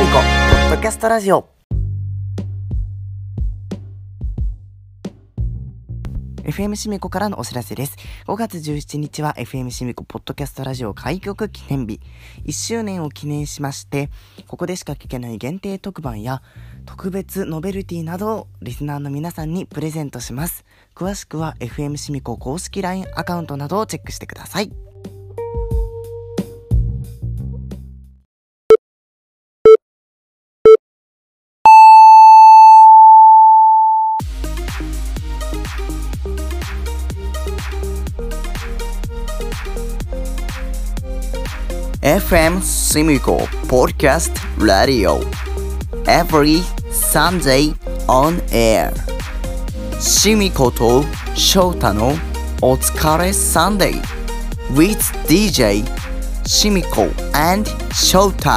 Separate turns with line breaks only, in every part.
キャストラジオ FM シミコからのお知らせです。5月17日は FM シミコポッドキャストラジオ開局記念日。1周年を記念しまして、ここでしか聞けない限定特番や特別ノベルティなどをリスナーの皆さんにプレゼントします。詳しくは FM シミコ公式 LINE アカウントなどをチェックしてください。FM Simico Podcast Radio Every Sunday on air シミコと翔太のお疲れサンデー with DJ シミコ and 翔太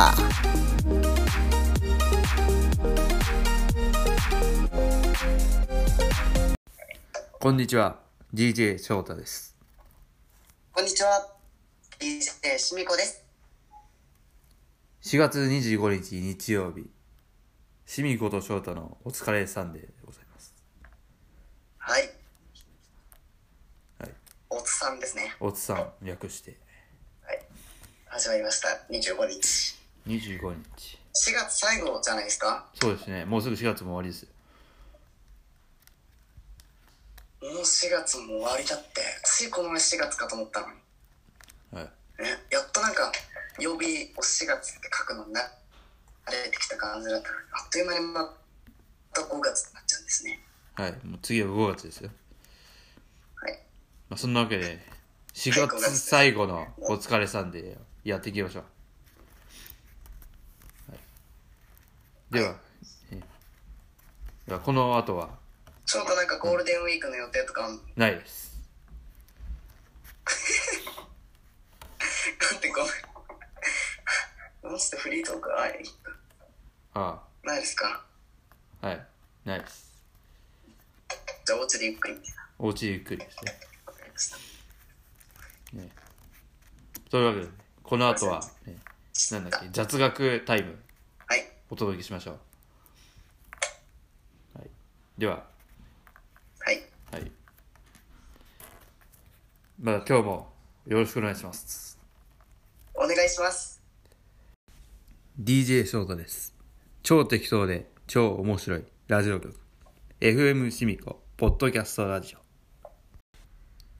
こんにちは、DJ 翔太です。
こんにちは。DJ しみこです。
4月25日日曜日、シミコと翔太のお疲れサンデーでございます。
はい。
はい。
おつさんですね。
おつさん、略して。
はい。始まりました。25日。
25日。
4月最後じゃないですか。
そうですね、もうすぐ4月も終わりですよ。
もう4月も終わりだって。ついこの前4月かと思ったのに。
はい。
ね。やっとなんか、曜日を4月って書くのにな、慣れてきた感じだったのに、あっという間にまた5月になっちゃうんですね。
はい、もう次は5月ですよ。
はい。
まあ、そんなわけで、4月最後のお疲れサンデーやっていきましょう。はい、では、えーではこの後は
ちょうどなんかゴールデンウィークの予定とかあんの、
ないです。
なんてごめん。も うちょっとフリートークははい
あ
ないですか
あ、はい、ないです。
じゃあお家でゆっくりみたいな。
おうちゆっくりですね。
わかりました。
ねというわけで、この後は、ね、なんだっけ、雑学タイム、
はい。
お届けしましょう。はい、では、
はい。
はい。まだ今日もよろしくお願いします。
お願いします。
DJ 翔太です。超適当で超面白いラジオ局。FM シミコ、ポッドキャストラジオ。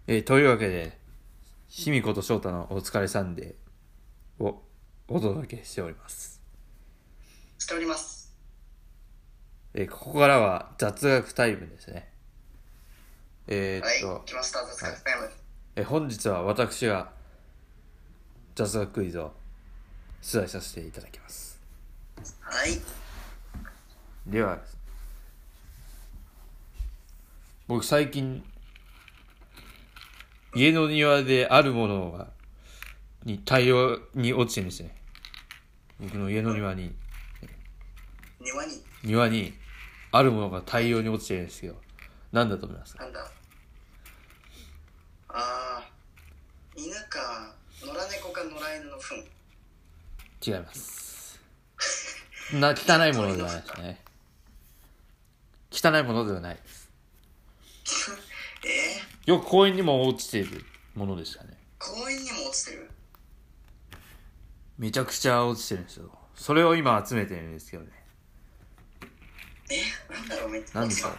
えーというわけで、シミコと翔太のお疲れサンデーをお届けしております。
しております。
えーここからは雑学タイムですね。え
は
ーっ
い
と、。
来ました。雑学タイム。
えー本日は私が雑学クイズを出題させていただきます。
はい。
では僕最近家の庭であるものがに対応に落ちてるんですね僕の家の庭に
庭に、
庭にあるものが対応に落ちてるんですけど何だと思いますか
なんだ。あー、犬か、野良猫か野良犬の糞。
違いますな汚いものではないですね汚いものではないです
え
よく公園にも落ちているものでしたね
ー、公園にも落ちてる。
めちゃくちゃ落ちてるんですよそれを今集めてるんですけどね
えー、なんだろう、めっちゃ
何
落
で
ち
してょ
る。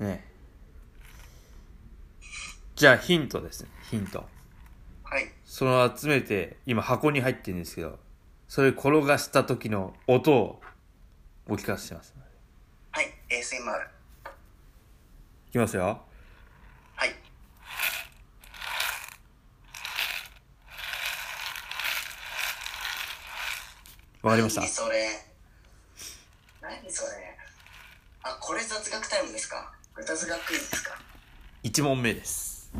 うねえじゃあヒントですねヒント
はい。
その集めて今箱に入ってるんですけどそれ転がした時の音をお聞かせします
はい。ASMR。
いきますよ
はい。
わかりました
何それ。何それ。あ、これ雑学タイムですかこれ雑学クイズですか
1問目です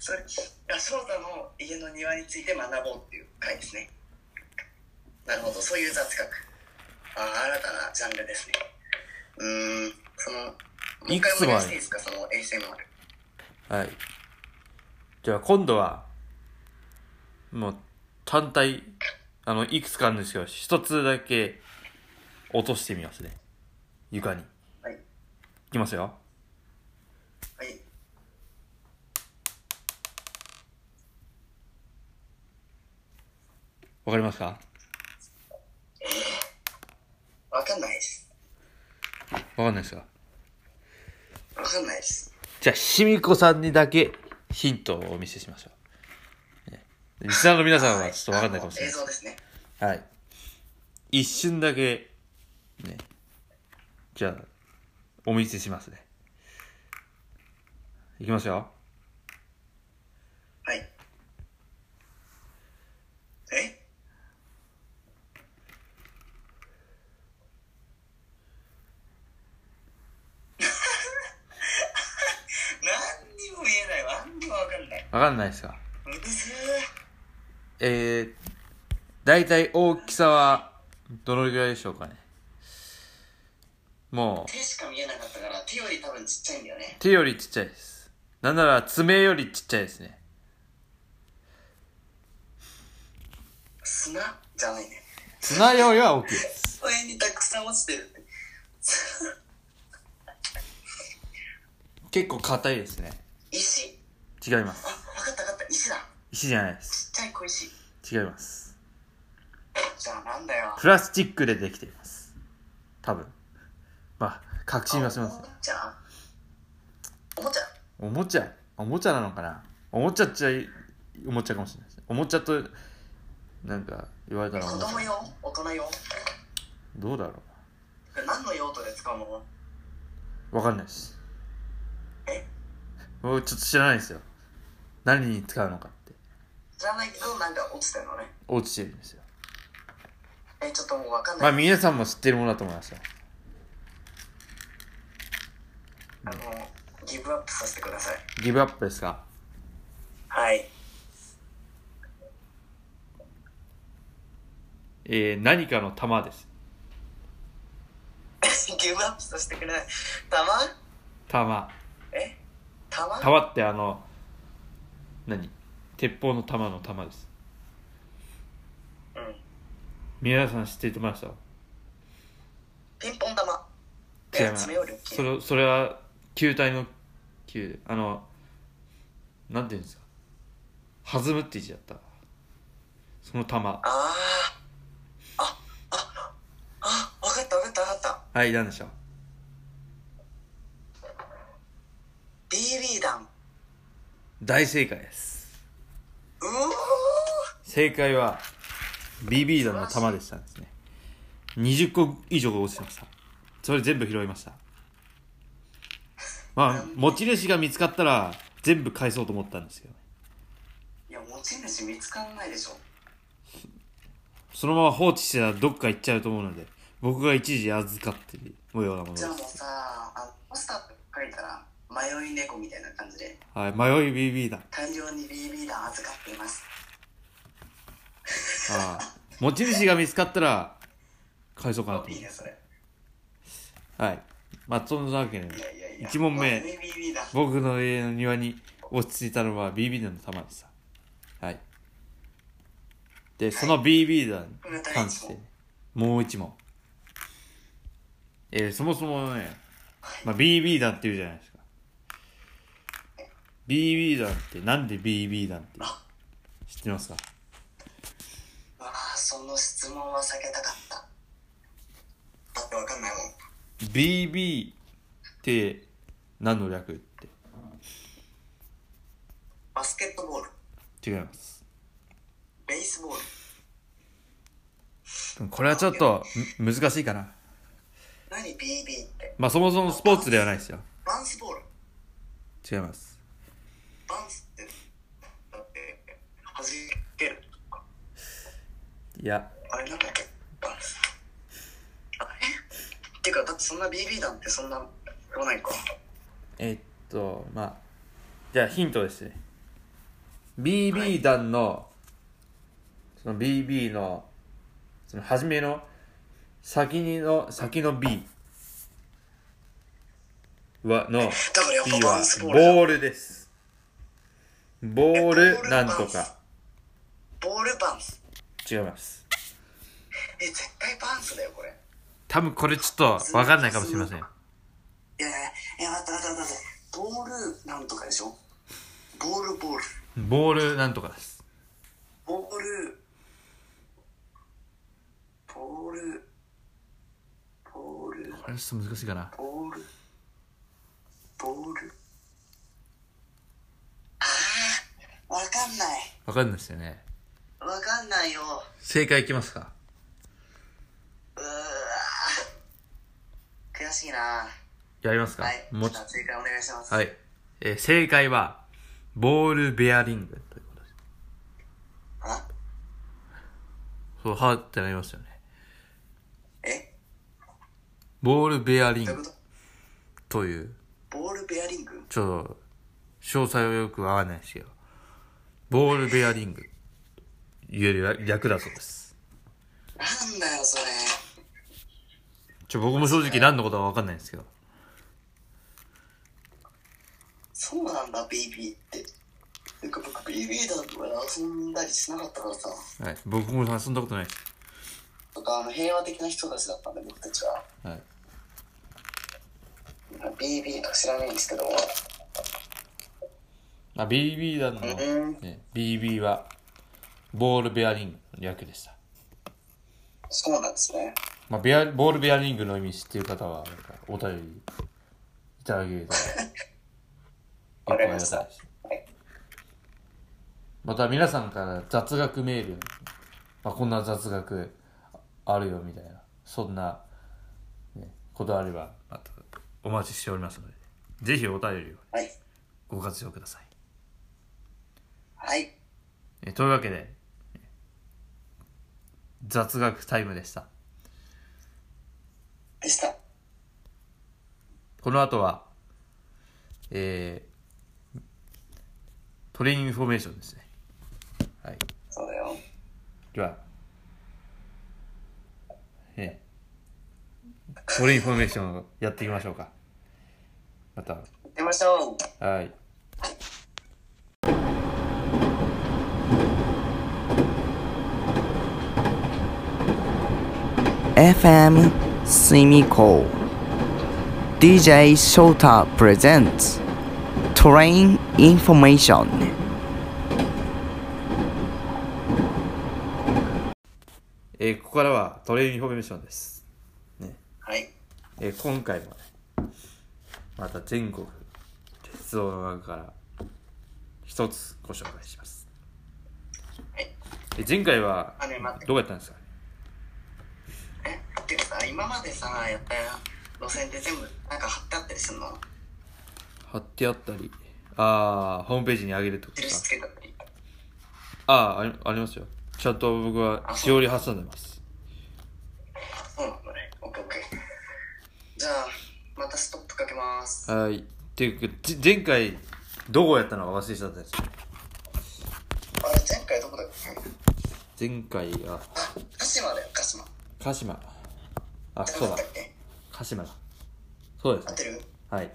それあ翔太の家の庭について学ぼうっていう回ですねなるほどそういう雑学あ新たなジャンルですねうーんそのもう一
いく
回
つ
お
もある
願いしていいですかその ASMR
はいじゃあ今度はもう単体あの、いくつかあるんですけど、一つだけ落としてみますね。床に。
はい。
いきますよ。
はい。
わかりますか
わかんないです。
わかんないですか
わかんないです。
じゃあ、ひみこさんにだけヒントをお見せしましょう。ねリスナーの皆さんはちょっとわかんないかもしれ
あ
な
の映像ですね。
い。はい。一瞬だけ、ね。じゃあ、お見せしますね。いきますよ。
はい。え 何にも見えないわ。何にもわかんない。
わかんないですか
むずー。
えー、大体大きさはどのぐらいでしょうかねもう
手しか見えなかったから、手より多分ちっちゃいんだよね。
手よりちっちゃいですなんなら爪よりちっちゃいですね
砂じゃないね。
砂よりは大きいです
上にたくさん落ちてる。
結構硬いですね
石。
違います
あ、わかったわかった。石だ。
石じゃないです
ちっちゃい小石。
違います
じゃあなんだよ。
プラスチックでできています多分まあ確信はしません
おもちゃお
おも
もちゃ
ちゃおもちゃなのかなおもちゃっちゃいおもちゃかもしれないですねおもちゃとなんか言われたらお
子
もちゃ
供用大人用
どうだろ
何の用途で使うの
うわかんないです
え
僕ちょっと知らないですよ何に使うのかって
知らないけどなんか落ちてるのね
落ちてるんですよ
えちょっともうわかん
ま
な
あ
い、
皆さんも知ってるものだと思いますよ
あのギブアップさせてください
ギブアップですか
はい
えー、何かの玉です
ギブアップさせてくれない玉
玉
え玉
玉ってあの何鉄砲の玉の玉です
うん
皆さん知ってました
ピンポン玉
違い
え
ます
爪より大きい
それそれは球体の球あのなんていうんですか弾むって字だったその玉
あーあああわかったわかったわかった
はいなんでしょう
BB 弾
大正解です
うお
正解は BB 弾の玉でしたんですね20個以上が落ちてましたそれ全部拾いましたまあ持ち主が見つかったら全部返そうと思ったんですけどね
いや持ち主見つかんないでしょ
そのまま放置してたらどっか行っちゃうと思うので僕が一時預かってるようなもので
じ
す
ゃあもうさあのポスターって書いたら迷い猫みたいな感じで
はい、迷い BB だ。
大量に BB 弾預かっています
ああ持ち主が見つかったら、返そうかなと思
いいうね。それ
はい。まあ、そんなわけで、
いやいやいや
一問目
迷い BB 弾
僕の家の庭に落ち着いたのは BB 弾の弾でした。はい。で、その BB 弾に関して、もう一問。えー、そもそもね、まあ、BB 弾って言うじゃないですか。BB 弾って、なんで BB 弾って知ってますか
わあその質問は避けたかっただってわかんないもん
BB って何の略って
バスケットボール
違います
ベースボール
これはちょっとむ難しいかな
何 BB って
まあそもそもスポーツではないですよ
バンスボール
違います
バンスってだって弾ける
いや
あれなんだっけバンスあえっていうかだってそんな BB 弾ってそんな来ないか
えっとまあじゃあヒントですね BB 弾のその BB のその初めの先にの先の B はの
だからやっ
B
ぱバ
は
ンスボールだ
ボールですボールなんとか
ボールバンス
違います
え、絶対パンツだよ、これ。
多分これちょっとわかんないかもしれません。
いやいや、いや、待って待って待って。ボールなんとかでしょボールボール。
ボールなんとかです。
ボール。ボール。ボール。
これちょっと難しいかな。
ボール。ボール。ああ、わかんない。
わかんないですよね。
わかんないよ。
正解いきますか
うーわー悔しいな
やりますか
はい。
もう
じ
ち
ゃあ追加お願いします。
はい。えー正解は、ボールベアリングということです。
あ
そう、はーってなりますよね。
え
ボールベアリン
どういう
グ
こと
という、
ボールベアリング
ちょっと、詳細はよくわかんないですけど、ボールベアリング、いう略だそうです。
なんだよ、それ。
ちょ、僕も正直何のことかわかんないんですけど。
そうなんだ、BB って。なんか僕、BB だとか遊んだりしなかったからさ。
はい。僕も遊んだことないです。
とか、あの、平和的な人たちだったんで、僕たちは。
はい。
BB とか知らないんですけど。
あ、BB だの、
ん
ね、BB は、ボールベアリングの略でした。
そうなんですね。
まあ、ベア、ボールベアリングの意味知ってる方は、なんか、お便りいただければ、
わかりました
結構ありがたいですまた皆さんから雑学メール、まあ、こんな雑学あるよみたいな、そんな、ね、ことあれば、またお待ちしておりますので、ぜひお便りを
はい。
ご活用ください。
はい。
えというわけで、雑学タイムでした。
でした。
この後は、えー、トレインフォメーションですね。はい。
そうだよ。
では、えー、トレインフォメーションをやっていきましょうか。また、
行ってみましょう。
はい。
FM スミコ DJ 翔太 presents Train Information
えーここからはトレインフォメーションです。
はい。
えー今回もね、また全国鉄道の中から一つご紹介します。
はい
えー前回は
あね待って
どうやったんですか
えっていうかさ、今までさ、やった路線って全部、なんか貼ってあったりするの
貼ってあったり、ああ、ホームページに上げるってことか
印。つけたり。
ああ、ありありますよ。ちゃんと僕はしおり挟んでます。
そうなんだね。オッケーオッケー。じゃあ、またストップかけます。
はい。っていうか、じ前回どこやったのか忘れちゃったんですよ。
あれ、前回どこだっけ
前回は
あ、鹿島だよ、鹿島。
鹿島。あ、
鹿
そう
島
だ
だっ。け
鹿島だ。そうです
合っ
ね
て。る
はい。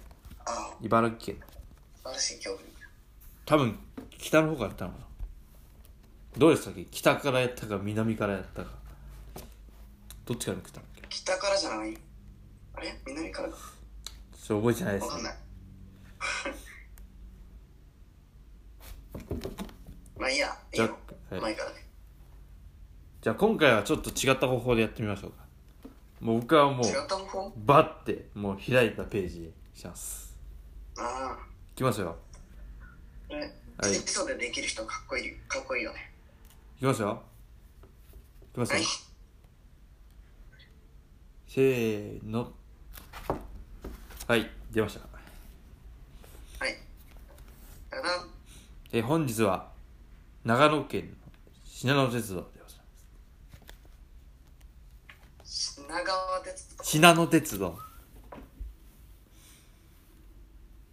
あ、
茨城県。
素晴らしい教訓。
多分北の方からやったのかなどうでしたっけ北からやったか南からやったかどっちから来たんだっけ
北からじゃないあれ南からか
それ覚えてないで
わか
す
ん
ね
ない。まあいいや、いい
じゃ
よ。
はい
前からね。
じゃあ今回はちょっと違った方法でやってみましょうかもう僕はもう
違った方法
バッてもう開いたページにします
ああ。
いきますよ
これ、テキストでできる人かっこいい、かっこいいよね。
いきますよいきますよ
はい。
せーのはい出ました
はい。だな。
えー本日は長野県の信濃鉄道でございます
品川鉄道。
信濃鉄道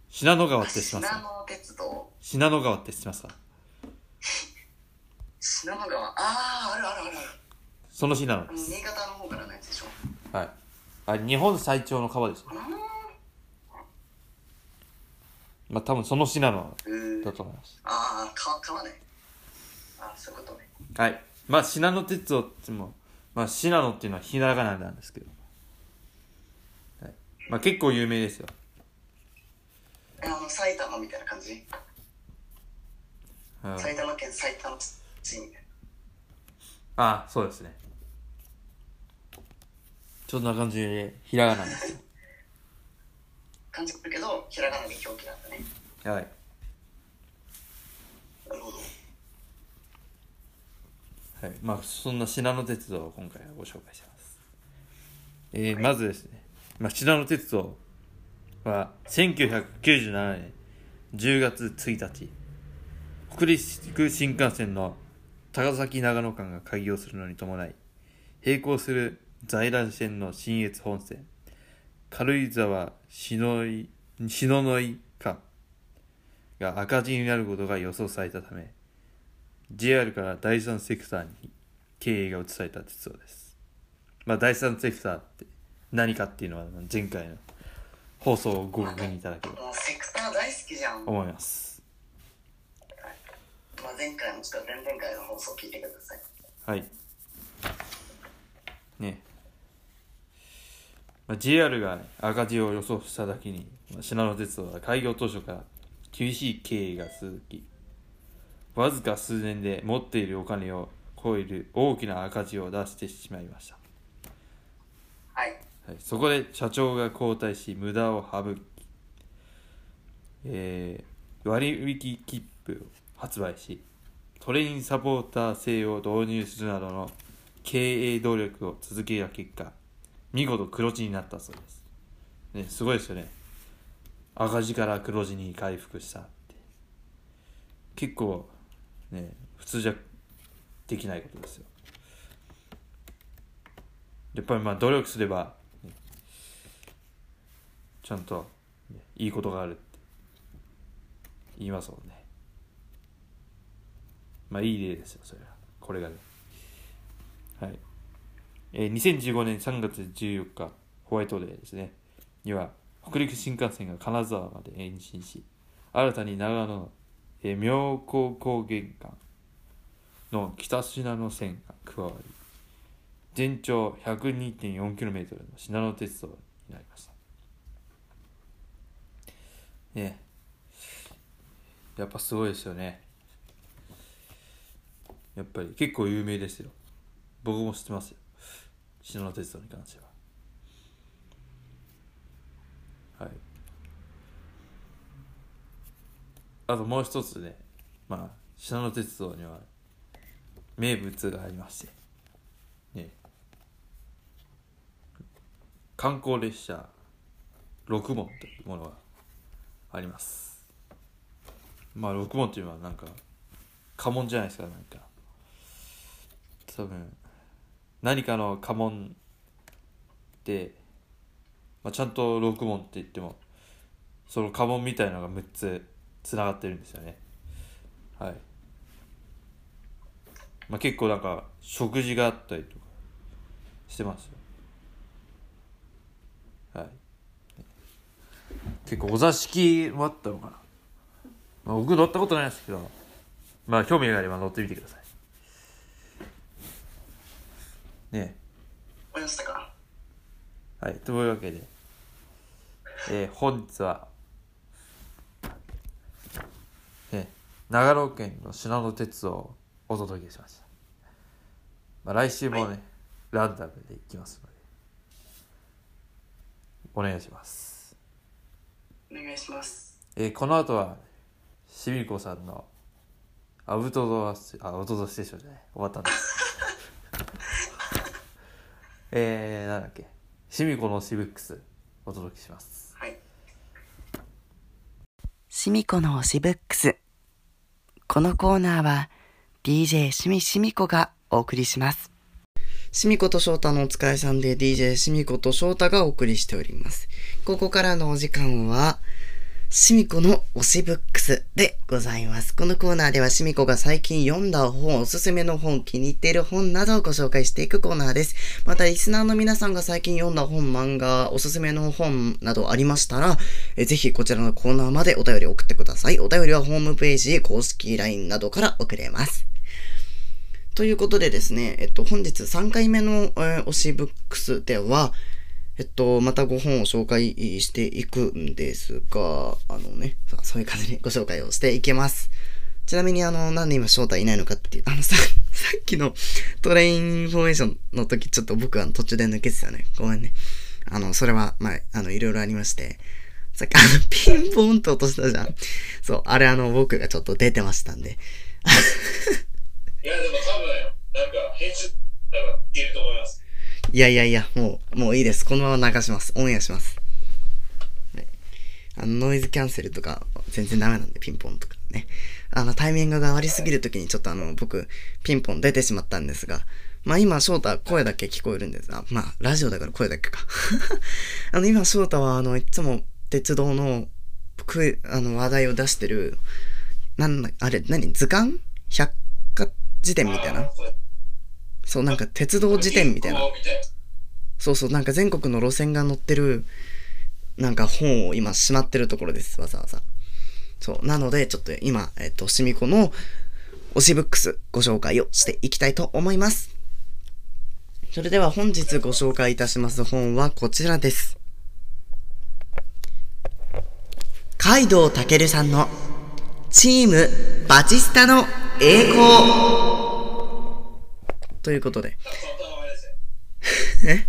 信濃川って知って
信
ますか
濃鉄道。
信濃川って知ってますか
信濃川。ああ、あるあるあるある。
その信濃
あ
で
の
す
新潟の方からのやつでしょ。
はいあ日本最長の川ですねまあ多分その信濃
うー
だと思います
ああ、川、川ね。ああ、そういうことね。
はいまあ信濃鉄道ってもまあ、信濃っていうのはひらがななんですけど。はい。まあ、結構有名ですよ。
えあの埼玉みたいな感じ
うん、
埼玉県埼玉市みたい
あそうですね。そんな感じで、ひらがなです
な感じするけどひらがなで表記なんだね
よ。 はい。
なるほど
はい、まあそんな信濃鉄道を今回はご紹介します、えーまずですね、まあ、信濃鉄道は1997年10月1日北陸新幹線の高崎長野間が開業するのに伴い並行する在来線の信越本線軽井沢篠井篠ノ井間が赤字になることが予想されたため JR から第三セクターに経営が移された鉄道です。まあ、第三セクターって何かっていうのは前回の放送をご確認いただければ
もうセクター大好きじゃん、ま
思います。
あ、前回もしくは前々回の放送聞いてください
はい。ねまあ、JR がね、赤字を予想しただけに、まあ、信濃鉄道は開業当初から厳しい経営が続き、わずか数年で持っているお金を超える大きな赤字を出してしまいました。
はい
はい、そこで社長が交代し無駄を省き、えー割引切符を発売しトレインサポーター制を導入するなどの経営努力を続けた結果見事黒字になったそうです、ね、すごいですよね赤字から黒字に回復したって結構ね普通じゃできないことですよやっぱりまあ努力すれば、ねちゃんとねいいことがあるって言いますもんねまあいい例ですよそれはこれがねはい、えー、2015年3月14日ホワイトデーですねには北陸新幹線が金沢まで延伸し新たに長野の、えー妙高高原間の北信濃線が加わり全長 102.4km の信濃鉄道になりましたねえやっぱすごいですよねやっぱり結構有名ですよ僕も知ってますよ信濃鉄道に関してははいあともう一つねまあ信濃鉄道には名物がありましてね、観光列車六門というものがありますまあ六門というのはなんか家紋じゃないですかなんか多分何かの家紋で、まあ、ちゃんと六門って言ってもその家紋みたいのが6つつながってるんですよねはいまあ、結構なんか食事があったりとかしてますよはい結構お座敷もあったのかな、まあ、僕乗ったことないですけどまあ興味があれば乗ってみてくださいね
思いましたか
えはいというわけで、えー本日は、ね、長野県の信濃鉄道をお届けしました、まあ、来週もね、ランダムでいきますのでお願いします、
お願いします
えーこの後はしみこさんのアウトドアスあアウトドアステーションじゃない終わったんです えー、なんだっけしみこのシブックスお届けします
はい
シミコの推しブックス。このコーナーは DJ シミシミコがお送りします。シミコと翔太のお疲れさんで DJ シミコと翔太がお送りしております。ここからのお時間はシミコの推しブックスでございます。このコーナーではシミコが最近読んだ本、おすすめの本、気に入っている本などをご紹介していくコーナーです。また、リスナーの皆さんが最近読んだ本、漫画、おすすめの本などありましたら、えーぜひこちらのコーナーまでお便りを送ってください。お便りはホームページ、公式 LINE などから送れます。ということでですね、えっと、本日3回目の、えー推しブックスでは、えっと、またご本を紹介していくんですが、あのね、そうそういう感じでご紹介をしていきます。ちなみに、あの、なんで今翔太いないのかっていう、あのさ、さっきのトレインフォーメーションの時、ちょっと僕は途中で抜けてたね。ごめんね。あの、それは、まあ、あの、いろいろありまして、さっき、あの、ピンポンと落としたじゃん。そう、あれあの、僕がちょっと出てましたんで。
いや、でも多分、なんか、編集、多分、いると思います。
いやいやいや、もう、もういいです。このまま流します。オンエアします。はいあの、ノイズキャンセルとか、全然ダメなんで、ピンポンとかね。あの、タイミングが悪すぎるときに、ちょっとあの、僕、ピンポン出てしまったんですが、まあ今、翔太、声だけ聞こえるんです。あ、まあ、ラジオだから声だけか。 あの、今、翔太は、あの、いつも、鉄道の、く、あの、話題を出してる、なんだ、あれ、何図鑑百科辞典みたいな。そう、なんか、鉄道辞典みたいな。そうそう、なんか全国の路線が載ってる、なんか本を今しまってるところです、わざわざ。そう、なので、ちょっと今、えっと、しみこの推しブックスご紹介をしていきたいと思います。それでは本日ご紹介いたします本はこちらです。海道たけるさんのチームバチスタの栄光というこ
簡単な名
とで、
前ですね。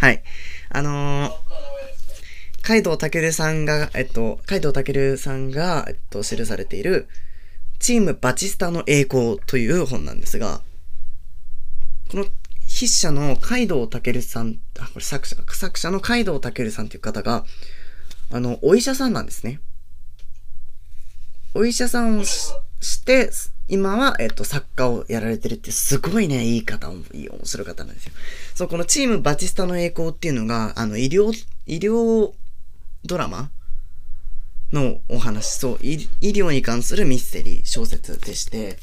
はい。あのー、
簡単な名前ですね。
海道たけるさんが、えっと、海道たけるさんが、えっと、記されている、チームバチスタの栄光という本なんですが、この筆者の海道たけるさん、あ、これ作者、作者の海道たけるさんという方が、あの、お医者さんなんですね。お医者さんをしして、今は、えっと、作家をやられてるって、すごいね、いい方、いい面白い方なんですよ。そう、このチームバチスタの栄光っていうのが、あの、医療、医療ドラマのお話、そう、医医療に関するミステリー小説でして、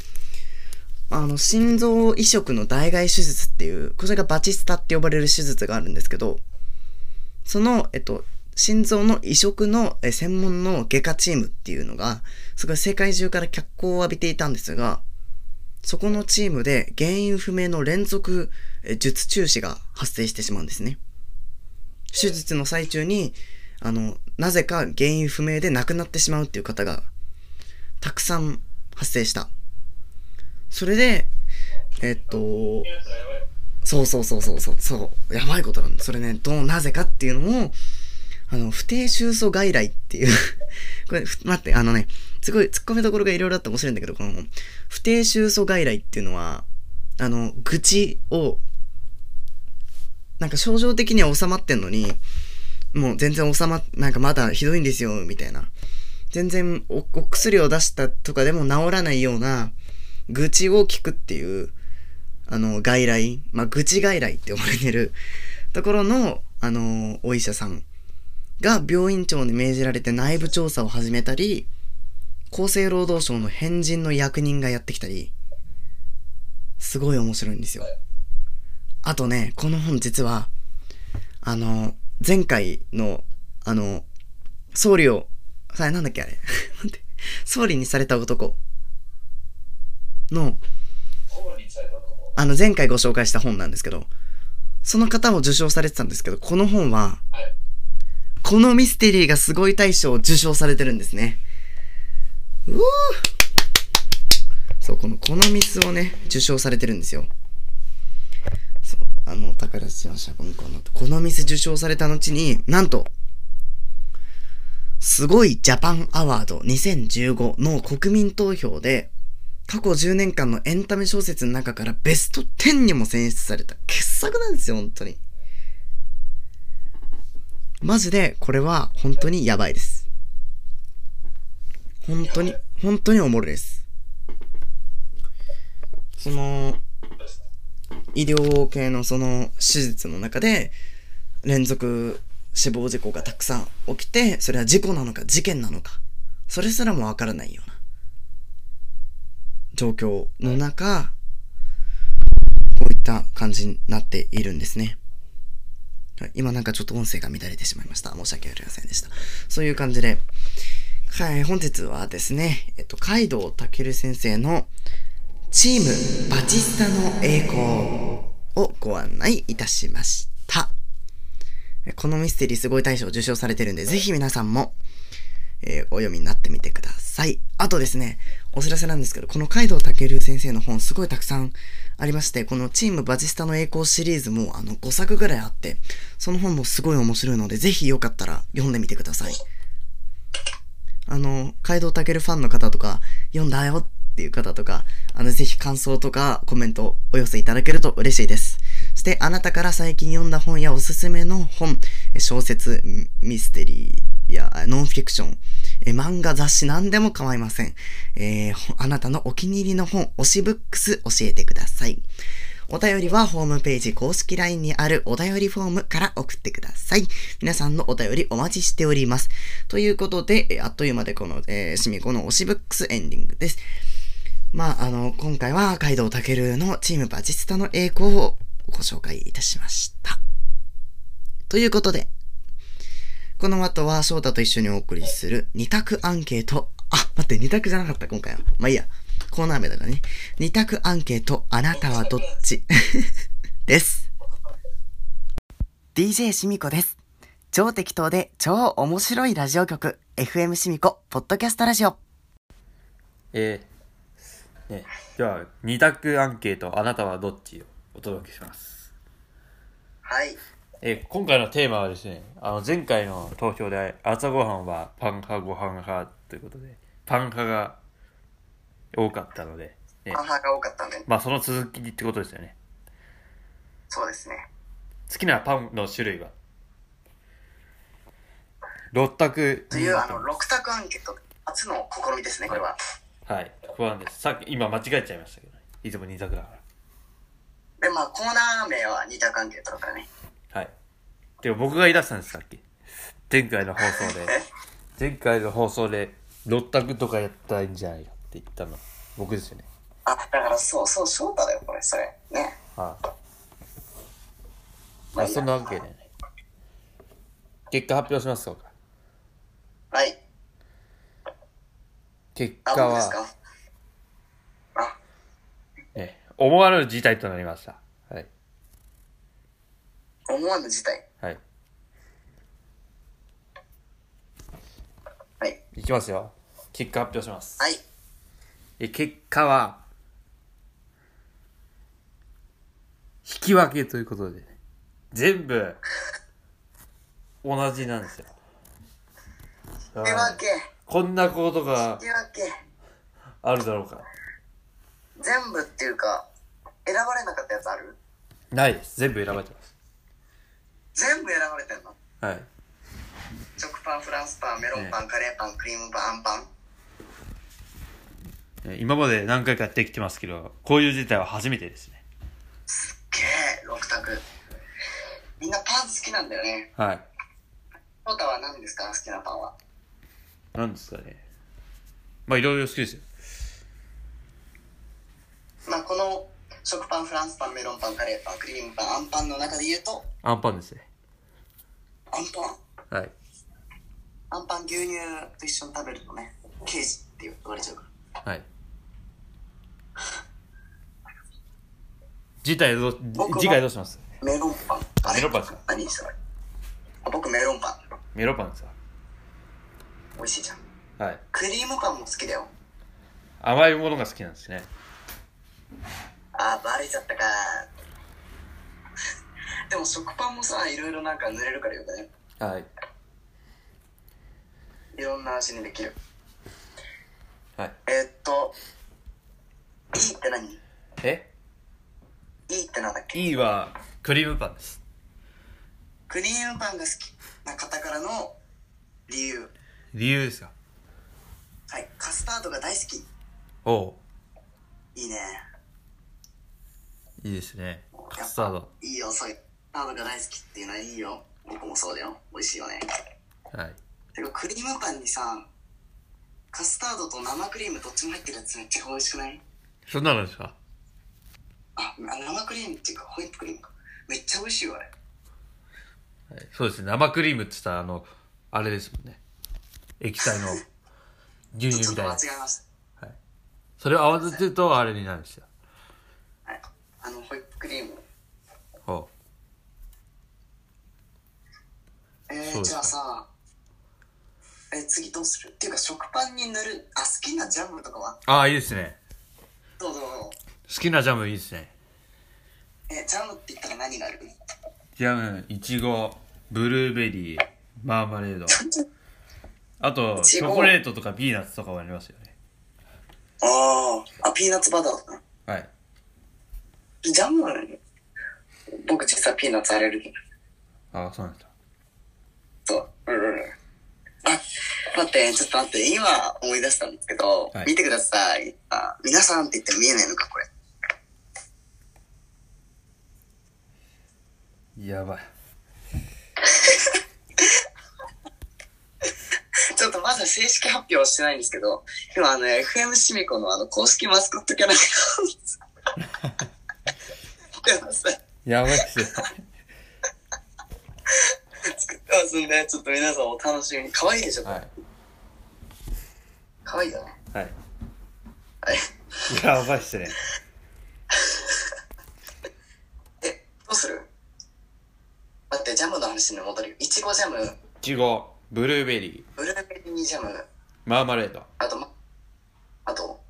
あの、心臓移植の代替手術っていう、これがバチスタって呼ばれる手術があるんですけど、その、えっと、心臓の移植のえ専門の外科チームっていうのが、すごい世界中から脚光を浴びていたんですが、そこのチームで原因不明の連続え術中止が発生してしまうんですね。手術の最中に、あの、なぜか原因不明で亡くなってしまうっていう方が、たくさん発生した。それで、えっと、
やつがやばい。
そうそうそうそうそうそうやばいことなんだそれねどうなぜかっていうのもあの不定収束外来っていう これふ待ってあのねすごい突っ込みどころがいろいろあって面白いんだけどこの不定収束外来っていうのはあの愚痴をなんか症状的には収まってんのにもう全然収まっなんかまだひどいんですよみたいな全然おお薬を出したとかでも治らないような愚痴を聞くっていうあの、外来、まあ、愚痴外来って呼ばれてるところの、あの、お医者さんが病院長に命じられて内部調査を始めたり、厚生労働省の変人の役人がやってきたり、すごい面白いんですよ。あとね、この本実は、あの、前回の、あの、総理を、さなんだっけあれ 待って総理にされた男の、
ホーリーされたと思う。
あの前回ご紹介した本なんですけど、その方も受賞されてたんですけど、この本は、
はい。
このミステリーがすごい大賞を受賞されてるんですね。うおーそう、この、このミスをね、受賞されてるんですよ。そう、あの、宝島社文庫の、このミス受賞された後に、なんと、すごいジャパンアワード2015の国民投票で、過去10年間のエンタメ小説の中からベスト10にも選出された傑作なんですよ、本当に。マジで、これは本当にやばいです。本当に、本当におもろいです。その、医療系のその手術の中で、連続死亡事故がたくさん起きて、それは事故なのか事件なのか、それすらもわからないような状況の中、こういった感じになっているんですね。はい今なんかちょっと音声が乱れてしまいました。申し訳ありませんでした。そういう感じで、はい、本日はですね、えっと、海道健先生のチームバチスタの栄光をご案内いたしました。えこのミステリーすごい大賞を受賞されてるんで、ぜひ皆さんも、えーお読みになってみてください。あとですね、お知らせなんですけど、この海道武先生の本すごいたくさんありまして、このチームバチスタの栄光シリーズもあの5作ぐらいあって、その本もすごい面白いので、ぜひよかったら読んでみてください。あの、海道武ファンの方とか、読んだよっていう方とか、あの、ぜひ感想とかコメントお寄せいただけると嬉しいです。そして、あなたから最近読んだ本やおすすめの本、え小説、ミミステリーやあノンフィクション、え漫画、雑誌、何でも構いません。えーほあなたのお気に入りの本、推しブックス教えてください。お便りはホームページ公式 LINE にあるお便りフォームから送ってください。皆さんのお便りお待ちしております。ということで、えーあっという間でこの、えー、シミコの推しブックスエンディングです。まあ、あの、今回はカイドウタケルのチームバチスタの栄光をご紹介いたしました。ということで、この後は翔太と一緒にお送りする二択アンケート。あ、待って、二択じゃなかった、今回は。まあいいや。コーナー名だからね。二択アンケート、あなたはどっち です。DJ シミコです。超適当で超面白いラジオ局、FM シミコ、ポッドキャストラジオ。
えーね、では、二択アンケート、あなたはどっちをお届けします。
はい。
えー今回のテーマはですね、あの、前回の投票で朝ごはんはパン派ご飯派ということで、パン派が多かったので、ね
パン、派が多かったんで、
まあその続きってことですよね。
そうですね。
好きなパンの種類は六択
という、あの、6択アンケート、初の試みですね、これは。
はい不安ですさっき今間違えちゃいましたけど、ね、いつも2択だか
で、まあ、コーナー名は2択アンケートだからね。
らはいでも僕が言い出したんですさっき前回の放送 で前回の放送で六択とかやったらいいんじゃないかって言ったの僕ですよね
あ、だからそうそう、翔太だよ、これ、それ。ね。
はい、あ、
まいいや
そんなわけでね結果発表しますか
はい。
結
あ、
果
僕です
は、
かあ、
ね、思わぬ事態となりましたはい
思わぬ事態。
はい
はい。
いきますよ結果発表します
はい。
え結果は引き分けということでね全部同じなんですよ
というわけ、
こんなことが
というわけ、
あるだろうか
全部っていうか、選ばれなかったやつある
ないです全部選ばれてます
全部選ばれてんの
はい
食パン、フランスパン、メロンパン、カレーパン、クリームパン、あんパン。
え今まで何回かやってきてますけどこういう事態は初めてですね
けえ、6択。みんなパン好きなんだよね。
はい
翔太は何ですか好きなパンは。
なんですかねまあいろいろ好きですよ
まあ、この食パン、フランスパン、メロンパン、カレーパン、クリームパン、あんパンの中で言うと、
アンパンですね
あんパン。
はい
あんパン牛乳と一緒に食べるとね、刑事って言われちゃうから。
はい次回どう
僕は
次回どうします
メロンパン。あれ
メロンパンですか
何それあ僕メロンパン。
メロパンです
美味しいじゃん。
かはい
クリームパンも好きだよ。
甘いものが好きなんですね
あー、バレちゃったか。 でも食パンもさ、いろいろなんか塗れるからよくね。
はい
いろんな味にできる。
はい
えーっと、いいって何い
え
いってなんだっけ
E はクリームパンです
クリームパンが好きな方からの理由。
理由ですか
はい、カスタードが大好き。
おお
いいね。
ういいですねカスタード
いいよ、そういう。カスタードが大好きっていうのはいいよ。僕もそうだよ。美味しいよね。
はい
てか、クリームパンにさ、カスタードと生クリームどっちも入ってるやつめっちゃ美味しくない
そんなのですか
あ、あ生クリームっていうか、ホイップクリームか。めっちゃ美味しいよ、あれ。
はいそうですね生クリームって言ったらあのあれですもんね液体の牛
ち
乳
ょっ
み
と
たい
間違
な
えました。
はいそれを合わせるとあれになるんですよ。
はい、あのホイップクリーム
ほ
え
そう
ー、
です
じ
か
ゃあさえー次どうするっていうか食パンに塗るあ好きなジャムとかは
うああ、いいですね。
どうぞどうぞ
好きなジャムいいですね。
えージャムって言ったら何がある
ジャム、いちご、ブルーベリー、マーマレード。あと、
いち
チ
ご
ョコレートとかピーナッツとかもありますよね。
あーあピーナッツバターだな
はい。
ジャム僕実はピーナッツアレルギー
ああ、そうなんだ。
そううんうんうんあ待ってちょっと待って今思い出したんですけど、
はい
見てくださいあ皆さんって言っても見えないのかこれ
やばい。
ちょっとまだ正式発表はしてないんですけど、今あの、FM シミコのあの、公式マスコットキャラクターを作ってます。
やばいっすよ。
作ってますんで、ちょっと皆さんお楽しみに。可愛いでしょ、
はい。
可愛いよね。
はい。
はい。
やばいっすね。
え、どうする待って、ジャムの話に戻るよ。いちごジャム、
いちご、ブルーベリ
ブルーベリージャム、
ー、マーマレード。
あと、ま、あと、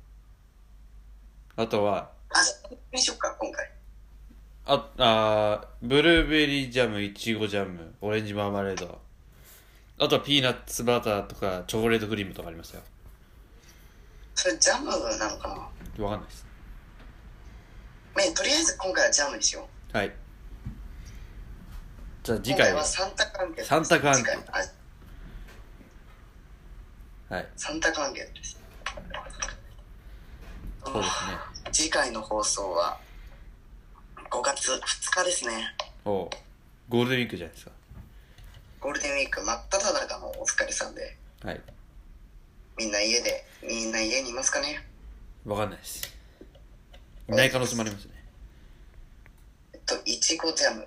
あとは、
あ、じゃあにしよっか、今回。
あ、あーブルーベリージャム、いちごジャム、オレンジマーマレード。あとはピーナッツバターとか、チョコレートクリームとかありますよ。
それジャムなのかな
わかんないです。
ねとりあえず今回はジャムにしよう。
はい。じゃあ次回
今回
は
は。サンタ関係です
サンタ関係
次回はあ
はい。
サンタ関係です。
そうですね。
次回の放送は5月2日ですね。
おうゴールデンウィークじゃないですか。
ゴールデンウィーク真っ只中のお疲れさんで、
はい。
みんな家で、みんな家にいますかね
わかんないです。いない可能性もありますね。
えっと、いちごジャム。い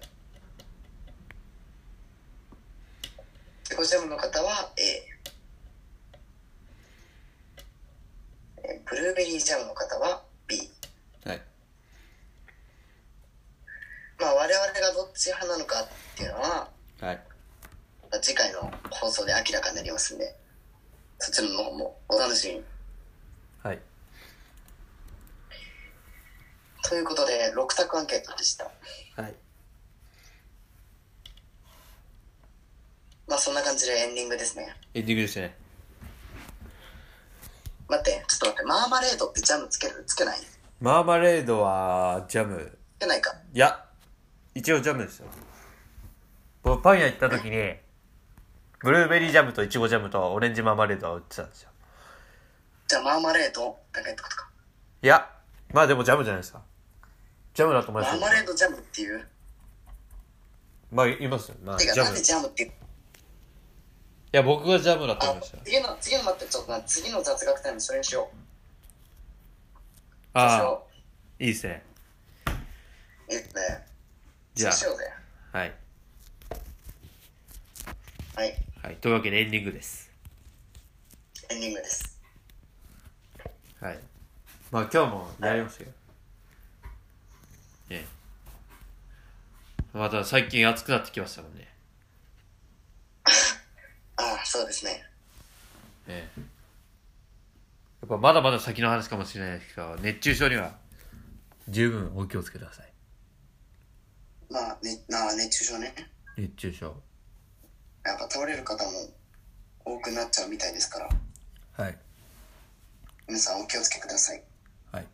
ちごジャムの方は A。えブルーベリージャムの方は B。
はい。
まあ我々がどっち派なのかっていうのは、
はい。
次回の放送で明らかになりますんで、そちらの方もお楽しみに。
はい。
ということで、6択アンケートでした。
はい。
まあそんな感じでエンディングですね。
エンディングですね。
待って、ちょっと待って、マーマレードってジャムつけるつけないつ
マーマレードはジャム。
けないか。
いや、一応ジャムですよ。僕パン屋行った時に、ブルーベリージャムとイチゴジャムとオレンジマーマレードは売ってたんですよ。
じゃあマーマレードだけってことか。
いや、まあでもジャムじゃないですか。ジャムだと思い
マ
ます
ー
よ
マレードジャムっていう。
まあ、言いますよ。まあ、ジ
てか、
ャ
なん
ム。
で
い
ジャムって言う
や、僕がジャムだと思
あ
いました。、
次の、次の待って、ちょっと待って次の雑学タイムそれにしよう。
あ
そ
あ、いいですね。
うしよう。えっとね、
じゃ
そうしようぜ。
あ、はい。
はい、
はい。というわけでエンディングです。
エンディングです。
はい。まあ、今日もやりますよ。ええ。また最近暑くなってきましたもんね。
ああ、そうですね。
ええ。やっぱまだまだ先の話かもしれないですけど、熱中症には十分お気をつけください。
まあ、ね、まあ、熱中症ね。
熱中症。
やっぱ倒れる方も多くなっちゃうみたいですから、
はい。
皆さんお気をつけください。
はい。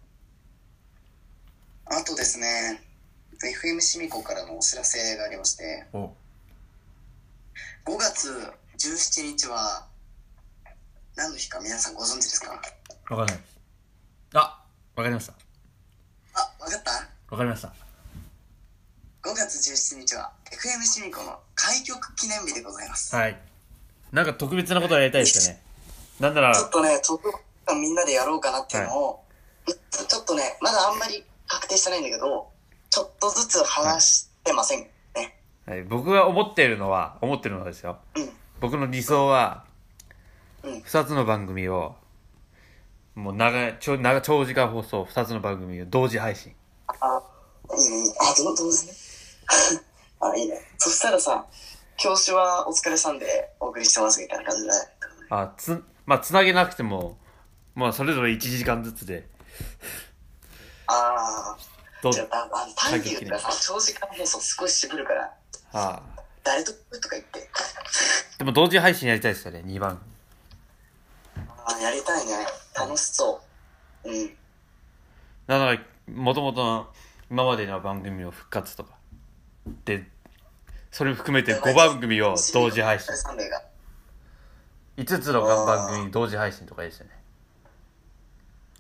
あとですね、FM シミコからのお知らせがありまして、
お
5月17日は、何の日か皆さんご存知ですか
わかんないです。あわかりました。
あ、わかった
わかりました。
?5 月17日は、FM シミコの開局記念日でございます。
はい。なんか特別なことをやりたいですよね。なんなら、
ちょっとね、特別感みんなでやろうかなっていうのを、ちょっとね、まだあんまり確定してないんだけど、ちょっとずつ話してませんね。
はい、僕が思っているのは、思ってるのはですよ。
うん
僕の理想は、
うん
二つの番組を、もう長い、長長長時間放送、二つの番組を同時配信。
あ、いい、あ、どう、どうですね。 あ、いいね。そしたらさ、教師はお疲れさんでお送りしてますみたいな感じだね。
あ、つ、まあ、つなげなくても、まあ、それぞれ1時間ずつで、
あ
ど
あ、
う
じゃあ、あの、短期がさ、長時間放送すごい渋るから、
ああ
誰ととか言って。
でも同時配信やりたいですよね、2番。
あやりたいね。楽しそう。うん。
だから、もともとの今までの番組の復活とか。で、それ含めて5番組を同時配信。
3名が。
5つの番組同時配信とかいいですよね。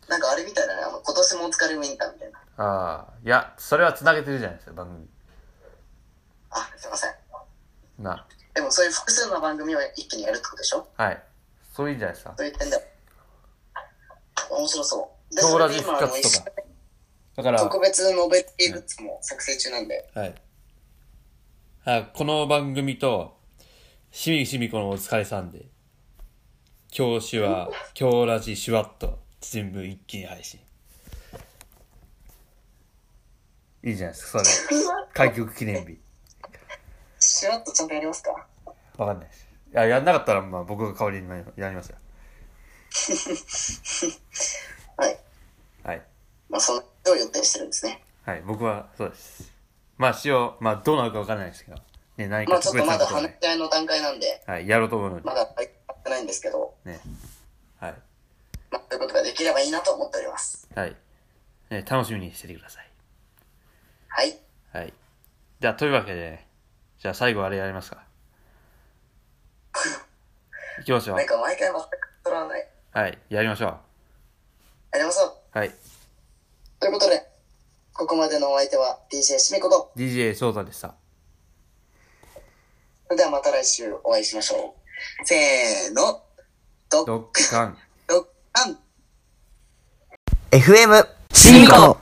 なんかあれみたいだね。あの、今年もお疲れウィンターみたいな。
ああ、いや、それはつなげてるじゃないですか、番組。
あ、すいません。
な、
でもそういう複数の番組を一気にやるってことでしょ
はい。そういうんじゃないですか。
そういう点では。面白そう。で、
今日
そ
ラ
れ
ジ
で
復
今、あの、一
活
緒
とか。だから、
特別ノベティブッツも作成中なんで。
はい。あこの番組と、しみしみこのお疲れさんで、教師は、今日ラジシュワッと、全部一気に配信。いいじゃないですか、それ。開局記念日。
シュワッとちゃんとやりますか
わかんないです。いや、やんなかったら、まあ僕が代わりにやりますよ。
はい。
はい。
まあ、その、どう予定してるんですね。
はい、僕は、そうです。まあ、しよう、まあ、どうなるかわかんないですけど、ね、何
ま
か
あ、ちょっ
特別
とま
な
だ
ことを
話
ね、
し合いの段階なんで、
はい、やろうと思うので
ま、だ入ってないんですけど、
ね。はい。
まあ、そういうことができればいいなと思っております。
はい。ね、楽しみにしててください。
はい。
はい。じゃあ、というわけで、じゃあ最後あれやります か。いきましょう
なん。か毎回全く取らない。
はい、やりましょ
やりましょう。
う。はい。
ということで、ここまでのお相手は DJ しみこと。
DJ 翔太でした。
それではまた来週お会いしましょう。せーの、ドッ
ドッカン。
ドッカン
FM シミコ